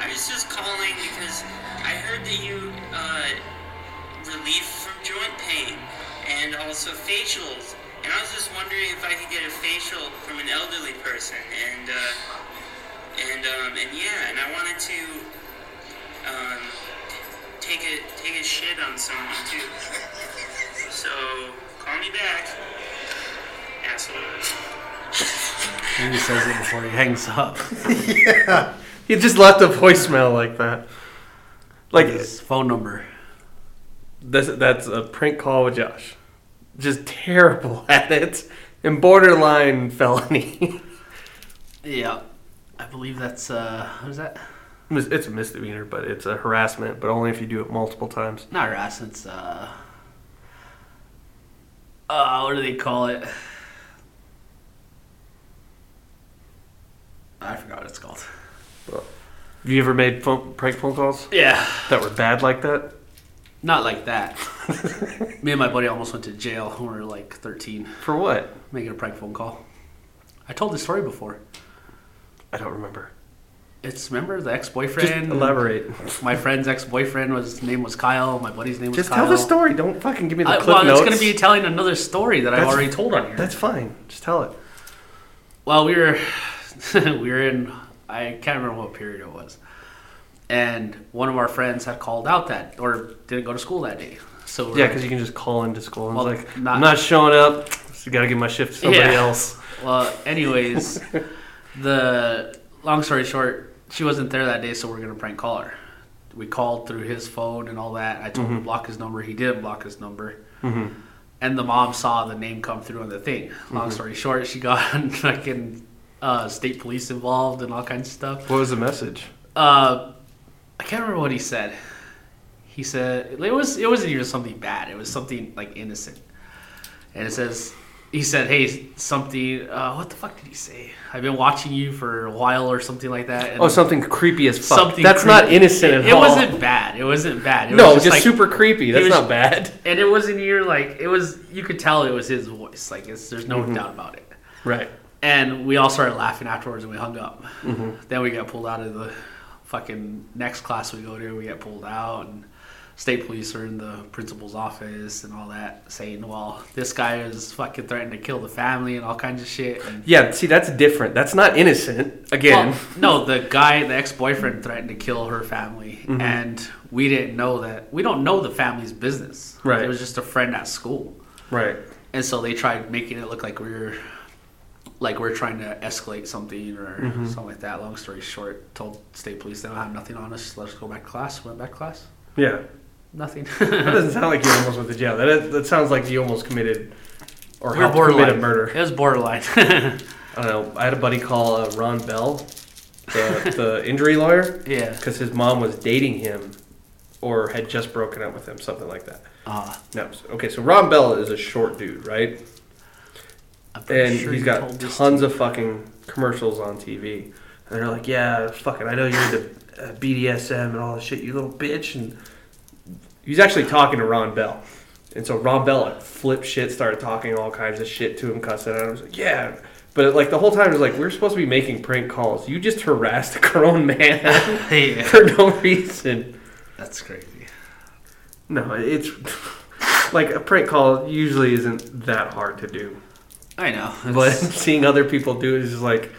I was just calling because I heard that you uh, relief from joint pain and also facials. And I was just wondering if I could get a facial from an elderly person. And uh, and um, and yeah, and I wanted to um, take a take a shit on someone too. So call me back, asshole. He says it before he hangs up. yeah. He just left a voicemail like that. Like His phone number. that's that's a prank call with Josh. Just terrible at it and borderline felony. Yeah. I believe that's uh what is that? Mis- it's a misdemeanor, but it's a harassment, but only if you do it multiple times. Not harassment, it's uh uh what do they call it? I forgot what it's called. Have you ever made phone, prank phone calls Yeah. that were bad like that? Not like that. Me and my buddy almost went to jail when we were like thirteen, For what? making a prank phone call. I told this story before. I don't remember. It's remember the ex Just boyfriend elaborate. My friend's ex boyfriend was his name was Kyle, my buddy's name was Just Kyle. tell the story. Don't fucking give me the I, clip well, notes. it's going to be telling another story that I've That's- already told on here. That's fine. Just tell it. well, we were we were in I can't remember what period it was, and one of our friends had called out that or didn't go to school that day. So we're Yeah, like, because you can just call into school and Well, it's like, not- I'm not showing up. So gotta give my shift to somebody Yeah. else. Well, anyways, the long story short, she wasn't there that day, so we're gonna prank call her. We called through his phone and all that. I told him to block his number. He did block his number. And the mom saw the name come through on the thing. Long story short, she got fucking uh, state police involved and all kinds of stuff. What was the message? Uh, I can't remember what he said. He said it was it wasn't even something bad. It was something like innocent. And it says he said, "Hey, something. Uh, what the fuck did he say? I've been watching you for a while or something like that." And Oh, something creepy as fuck. something That's creepy. not innocent at it, all. It wasn't bad. It wasn't bad. It no, was just, like- super creepy. That's was- not bad. And it wasn't your like. It was. You could tell it was his voice. Like it's, there's no Mm-hmm. doubt about it. Right. And we all started laughing afterwards, and we hung up. Mm-hmm. Then we got pulled out of the fucking next class we go to. We get pulled out, and state police are in the principal's office and all that, saying, "Well, this guy is fucking threatening to kill the family and all kinds of shit." And, Yeah, see, that's different. That's not innocent. Again, well, no, the guy, the ex-boyfriend, threatened to kill her family, Mm-hmm. and we didn't know that. We don't know the family's business. Right. It was just a friend at school. right. and so they tried making it look like we are like we're trying to escalate something or something like that. Long story short, told state police they don't have nothing on us. Let's go back to class. Went back to class. Yeah, Nothing. that doesn't sound like you almost went to jail. That is, that sounds like you almost committed or We were helped commit a murder. It was borderline. I don't know. I had a buddy call uh, Ron Bell, the, the injury lawyer, yeah. because his mom was dating him or had just broken up with him, something like that. Uh, No. so- Okay, so Ron Bell is a short dude, right? I'm pretty And sure he's you told got this tons of fucking commercials on TV. And they're like, yeah, fucking, I know you're into uh, BDSM and all this shit, you little bitch. And he's actually talking to Ron Bell. And so Ron Bell like, flipped shit, started talking all kinds of shit to him, cussing at him. I was like, yeah. But like the whole time, it was like, we're supposed to be making prank calls. You just harassed a grown man to- Yeah. for no reason. That's crazy. No, it's like a prank call usually isn't that hard to do, I know. but It's- seeing other people do it is just like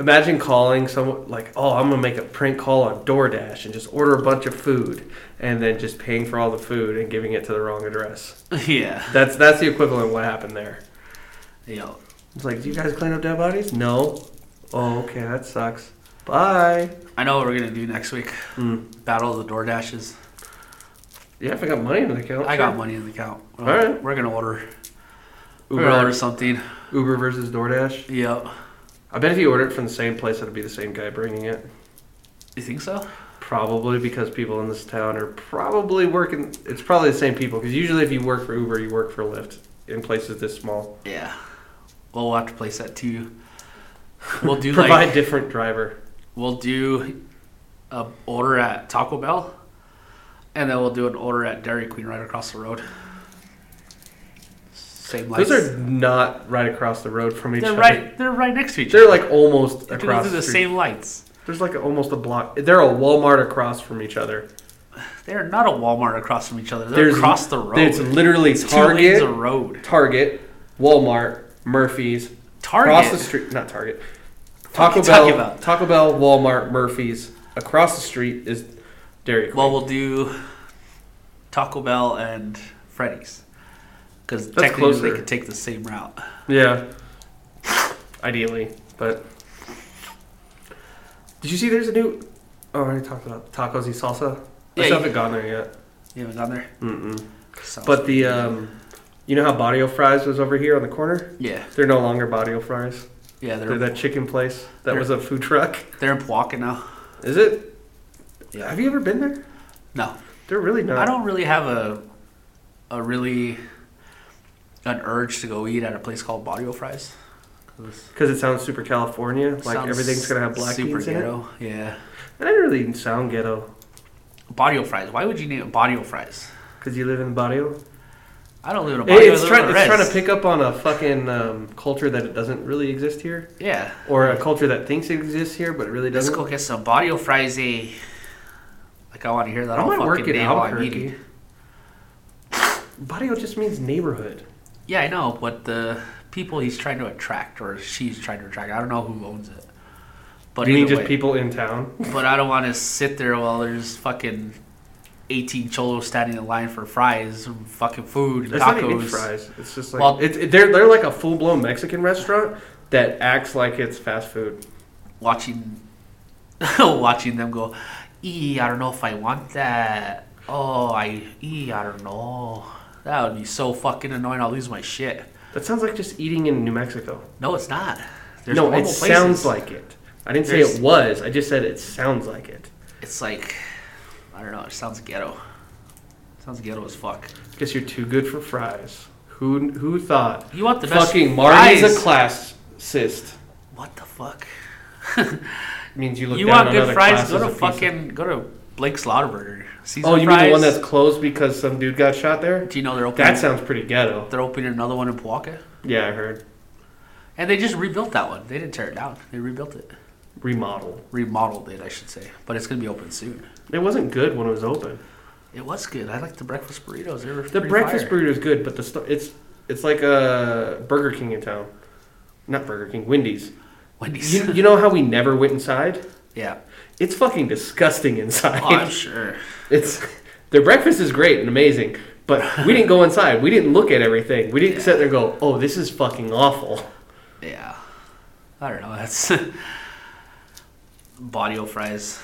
imagine calling someone like, "Oh, I'm gonna make a prank call on DoorDash and just order a bunch of food, and then just paying for all the food and giving it to the wrong address." yeah. That's that's the equivalent of what happened there. Yo. It's like, do you guys clean up dead bodies? No. Oh, okay, that sucks. Bye. I know what we're gonna do next week. Mm. Battle of the Door Dashes. Yeah, if I got money in the account, I got sure. money in the account. All Alright. We're gonna order. We're gonna order Uber, something. Uber versus DoorDash. Yep. I bet if you order it from the same place, it'll be the same guy bringing it. You think so? Probably because people in this town are probably working. It's probably the same people because usually if you work for Uber, you work for Lyft in places this small. Yeah. Well, we'll have to place that too. We'll do Provide like different driver. we'll do a order at Taco Bell, and then we'll do an order at Dairy Queen right across the road. Same lights. Those are not right across the road from each they're other. right. They're right next to each They're other. like almost They're across through the the street. same lights. There's like almost a block. They're a Walmart across from each other. They're not a Walmart across from each other. They're There's across the road. It's literally It's two lanes Target, of road. Target, Walmart, Murphy's, Target. across the street. Not Target. What are Taco you talking Bell, about? Taco Bell, Walmart, Murphy's. Across the street is Dairy Queen. Well, we'll do Taco Bell and Freddy's because That's technically closer. they could take the same route. yeah, ideally, but did you see? There's a new. Oh, I already talked about tacos y salsa. Yeah, I you- still haven't gone there yet. You haven't gone there. Mm-mm. Sounds But the, pretty good. um, you know how Barrio Fries was over here on the corner? yeah, They're no longer Barrio Fries. yeah, They're they're that chicken place that They're- was a food truck. they're in Pawca now. Is it? Yeah. Have you ever been there? No, They're really not. I don't really have a a really an urge to go eat at a place called Barrio Fries. 'Cause Because it sounds super California. Like sounds everything's going to have black super beans in it. ghetto. Yeah, That didn't really even sound ghetto. Barrio Fries. Why would you name it Barrio Fries? Because you live in Barrio. I don't live in a It- barrio. it's, I live trying, in a it's trying res. to pick up on a fucking um, culture that it doesn't really exist here. Yeah, Or a culture that thinks it exists here, but it really Let's doesn't. go get some Barrio Fries. eh? Like I want to hear that I all might fucking work in day while I'm Albuquerque. eating. Barrio just means neighborhood. Yeah, I know, but the people he's trying to attract, or she's trying to attract, I don't know who owns it. But You mean either just way. people in town? But I don't want to sit there while there's fucking eighteen cholos standing in line for fries, and fucking food, and It's not even tacos. fries. It's just like Well- it, it- they're they're like a full blown Mexican restaurant that acts like it's fast food. Watching, watching them go. Ee, I don't know if I want that. Oh, I. Ee, I don't know. That would be so fucking annoying. I'll lose my shit. That sounds like just eating in New Mexico. No, it's not. no, it normal sounds like it. I didn't say There's- it was. I just said it sounds like it. it's like I don't know. It sounds ghetto. It sounds ghetto as fuck. Guess you're too good for fries. Who who thought You want the best fucking Marty's fries. a classist What the fuck? means you look you down want on good other fries? classes Go to of people. fucking go to Blake's Lauderburger. Caesar Oh, you fries. mean the one that's closed because some dude got shot there? Do you know they're opening? That sounds pretty ghetto. they're opening another one in Pawca, Yeah, I heard and they just rebuilt that one. They didn't tear it down. They rebuilt it, remodeled. remodeled it, I should say. But it's gonna be open soon. It wasn't good when it was open. It was good. I like the breakfast burritos. They were The pretty breakfast fire. burrito is good, but the sto- it's it's like a Burger King in town, not Burger King, Wendy's. Wendy's. You, you know how we never went inside? yeah. It's fucking disgusting inside. Oh, I'm sure. It's their breakfast is great and amazing, but we didn't go inside. We didn't look at everything. We didn't sit there and go, "Oh, this is fucking awful." Yeah. I don't know. That's Barrio fries.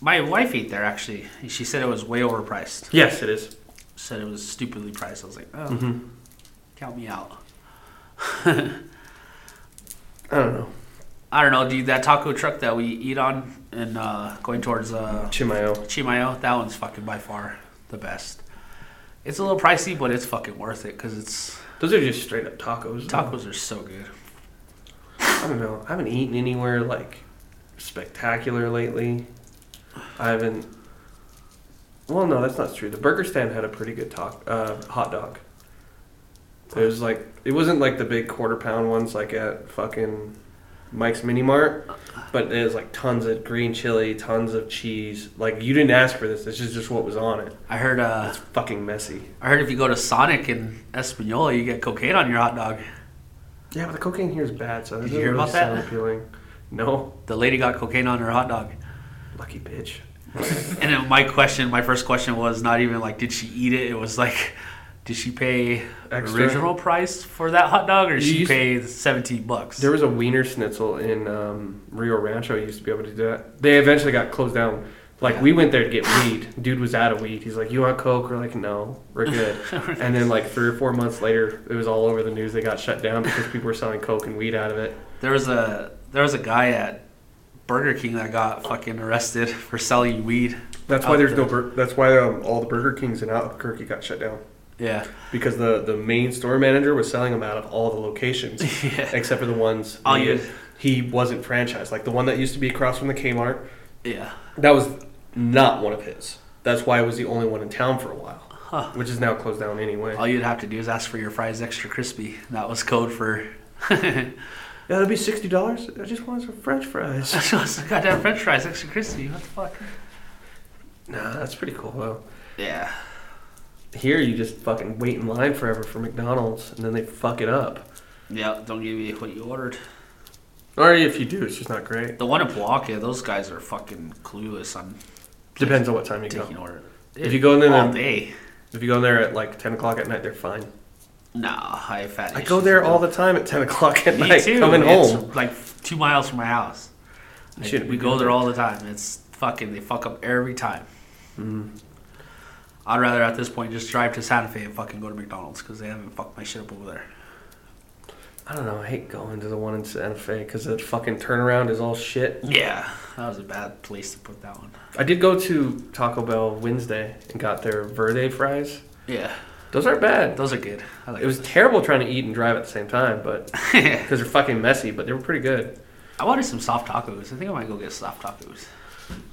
My wife ate there actually. She said it was way overpriced. Yes, it is. Said it was stupidly priced. I was like, oh, count me out. I don't know. I don't know, dude. That taco truck that we eat on and uh, going towards uh, Chimayo. Chimayo, that one's fucking by far the best. It's a little pricey, but it's fucking worth it because it's Those are just straight up tacos. tacos are so good. I don't know. I haven't eaten anywhere like spectacular lately. I haven't. Well, no, that's not true. The burger stand had a pretty good talk, uh, hot dog. It was like it wasn't like the big quarter pound ones like at fucking Mike's Mini Mart, but it was like tons of green chili, tons of cheese. Like you didn't ask for this. This is just what was on it. I heard. Uh, It's fucking messy. I heard if you go to Sonic in Espanola, you get cocaine on your hot dog. Yeah, but the cocaine here is bad, so that Did doesn't you hear really about sound that? appealing. No, The lady got cocaine on her hot dog. lucky bitch. And then my question, my first question was not even like, did she eat it? It was like, did she pay Extra? original price for that hot dog, or did You she used- pay seventeen bucks? There was a wiener schnitzel in um, Rio Rancho. You used to be able to do that. They eventually got closed down. Like we went there to get weed. Dude was out of weed. He's like, "You want coke?" We're like, "No, we're good." and then like three or four months later, it was all over the news. They got shut down because people were selling coke and weed out of it. There was a there was a guy at Burger King that got fucking arrested for selling weed. That's why out there's the- no. Bur- that's why um, all the Burger Kings in Albuquerque got shut down Yeah. because the the main store manager was selling them out of all the locations Yeah. except for the ones All he- you- he wasn't franchised. Like the one that used to be across from the Kmart, Yeah. that was not one of his. That's why it was the only one in town for a while, which is now closed down anyway. All you'd have to do is ask for your fries extra crispy. That was code for. Yeah, that'd be sixty dollars. I just wanted some French fries. That's what's the goddamn French fries extra crispy. What the fuck? nah, that's pretty cool though. Yeah. Here you just fucking wait in line forever for McDonald's, and then they fuck it up. Yeah. Don't give you what you ordered. Or if you do, it's just not great. The one in Palaca, those guys are fucking clueless on Depends on what time you go. taking order. If you go in there all then- day, If you go in there at like ten o'clock at night, they're fine. nah, I have fat. I go there all the time at ten o'clock at Me night, too. coming It's home. like two miles from my house. I- shouldn't we be go doing there that. all the time. It's fucking. They fuck up every time. Mm-hmm. I'd rather at this point just drive to Santa Fe and fucking go to McDonald's because they haven't fucked my shit up over there. I don't know. I hate going to the one in Santa Fe because the fucking turnaround is all shit. Yeah, that was a bad place to put that one. I did go to Taco Bell Wednesday and got their verde fries. Yeah, Those aren't bad. those are good. I like It was terrible trying to eat and drive at the same time, but I because they're fucking messy. But they were pretty good. wanted some soft tacos. I think I might go get soft tacos.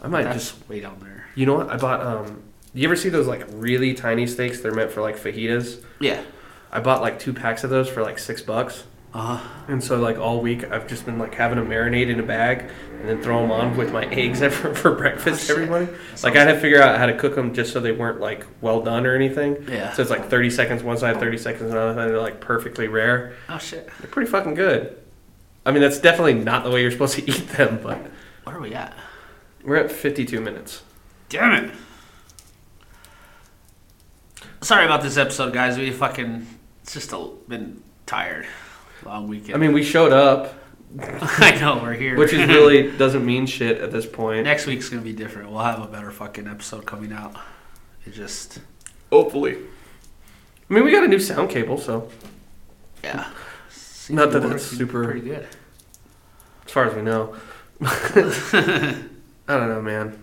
I might That's just. way down there. You know what? I bought. Um. You ever see those like really tiny steaks? They're meant for like fajitas. Yeah. I bought like two packs of those for like six bucks. Uh, And so, like all week, I've just been like having them marinate in a bag, and then throw them on with my eggs for, for breakfast Oh, shit. every morning. That Like sounds- I had to figure out how to cook them just so they weren't like well done or anything. Yeah. So it's like 30 seconds one side, 30 seconds another side. They're like perfectly rare. oh shit. They're pretty fucking good. I mean, that's definitely not the way you're supposed to eat them, but Where are we at? we're at 52 minutes. Damn it. Sorry about this episode, guys. We fucking it's just a, been tired. Long weekend. I mean, we showed up, I know we're here. which is really doesn't mean shit at this point. next week's gonna be different. We'll have a better fucking episode coming out. It just Hopefully. I mean, we got a new sound cable, so yeah. Not that Seems that's working super- pretty good. as far as we know. I don't know, man.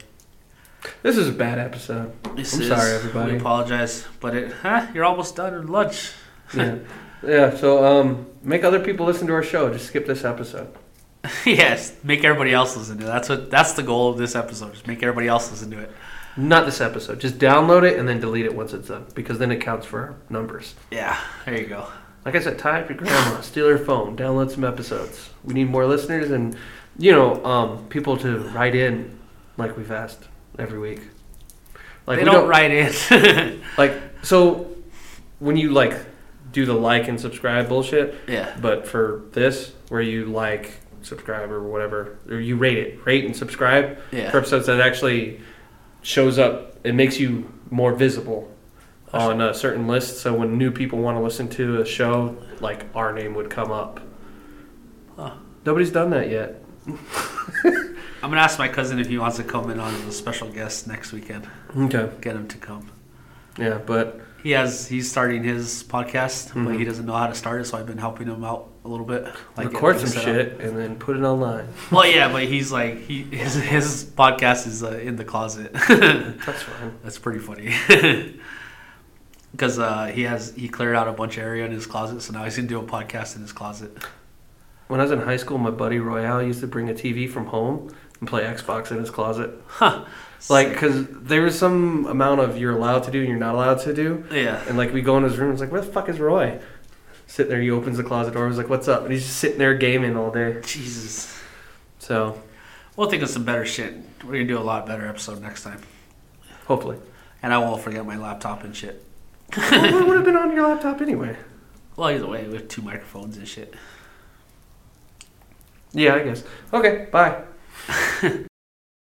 This is a bad episode. This I'm is- sorry, everybody. We apologize, but it huh? You're almost done with lunch. Yeah. yeah, so um, make other people listen to our show. Just skip this episode. yes, make everybody else listen to it. That's what that's the goal of this episode. Just make everybody else listen to it. Not this episode. Just download it and then delete it once it's done because then it counts for our numbers. Yeah, there you go. Like I said, tie up your grandma, steal her phone, download some episodes. We need more listeners and, you know, um, people to write in like we've asked every week. Like they we don't, write in. like so when you like do the like and subscribe bullshit, yeah. but for this where you like subscribe or whatever or you rate it rate and subscribe Yeah. for episodes that actually shows up it makes you more visible on a certain list so when new people want to listen to a show like our name would come up nobody's done that yet I'm gonna ask my cousin if he wants to come in on as a special guest next weekend. okay Get him to come. yeah but He has he's starting his podcast, but he doesn't know how to start it, so I've been helping him out a little bit. record getting some set up. shit and then put it online Well, yeah, but he's like he his, his podcast is uh, in the closet. that's fine That's pretty funny. Because uh, he has he cleared out a bunch of area in his closet, so now he's gonna do a podcast in his closet. when i was in high school my buddy royale used to bring a tv from home and play xbox in his closet Huh? Like, because there is some amount of you're allowed to do and you're not allowed to do. yeah, And, like, we go in his room, it's like, where the fuck is Roy? Sitting there, he opens the closet door, he's like, what's up? And he's just sitting there gaming all day. Jesus. So, We'll think of some better shit. We're gonna do a lot better episode next time. hopefully. And I won't forget my laptop and shit. well, it would have been on your laptop anyway. Well, either way, with two microphones and shit. Yeah, I guess. Okay, bye.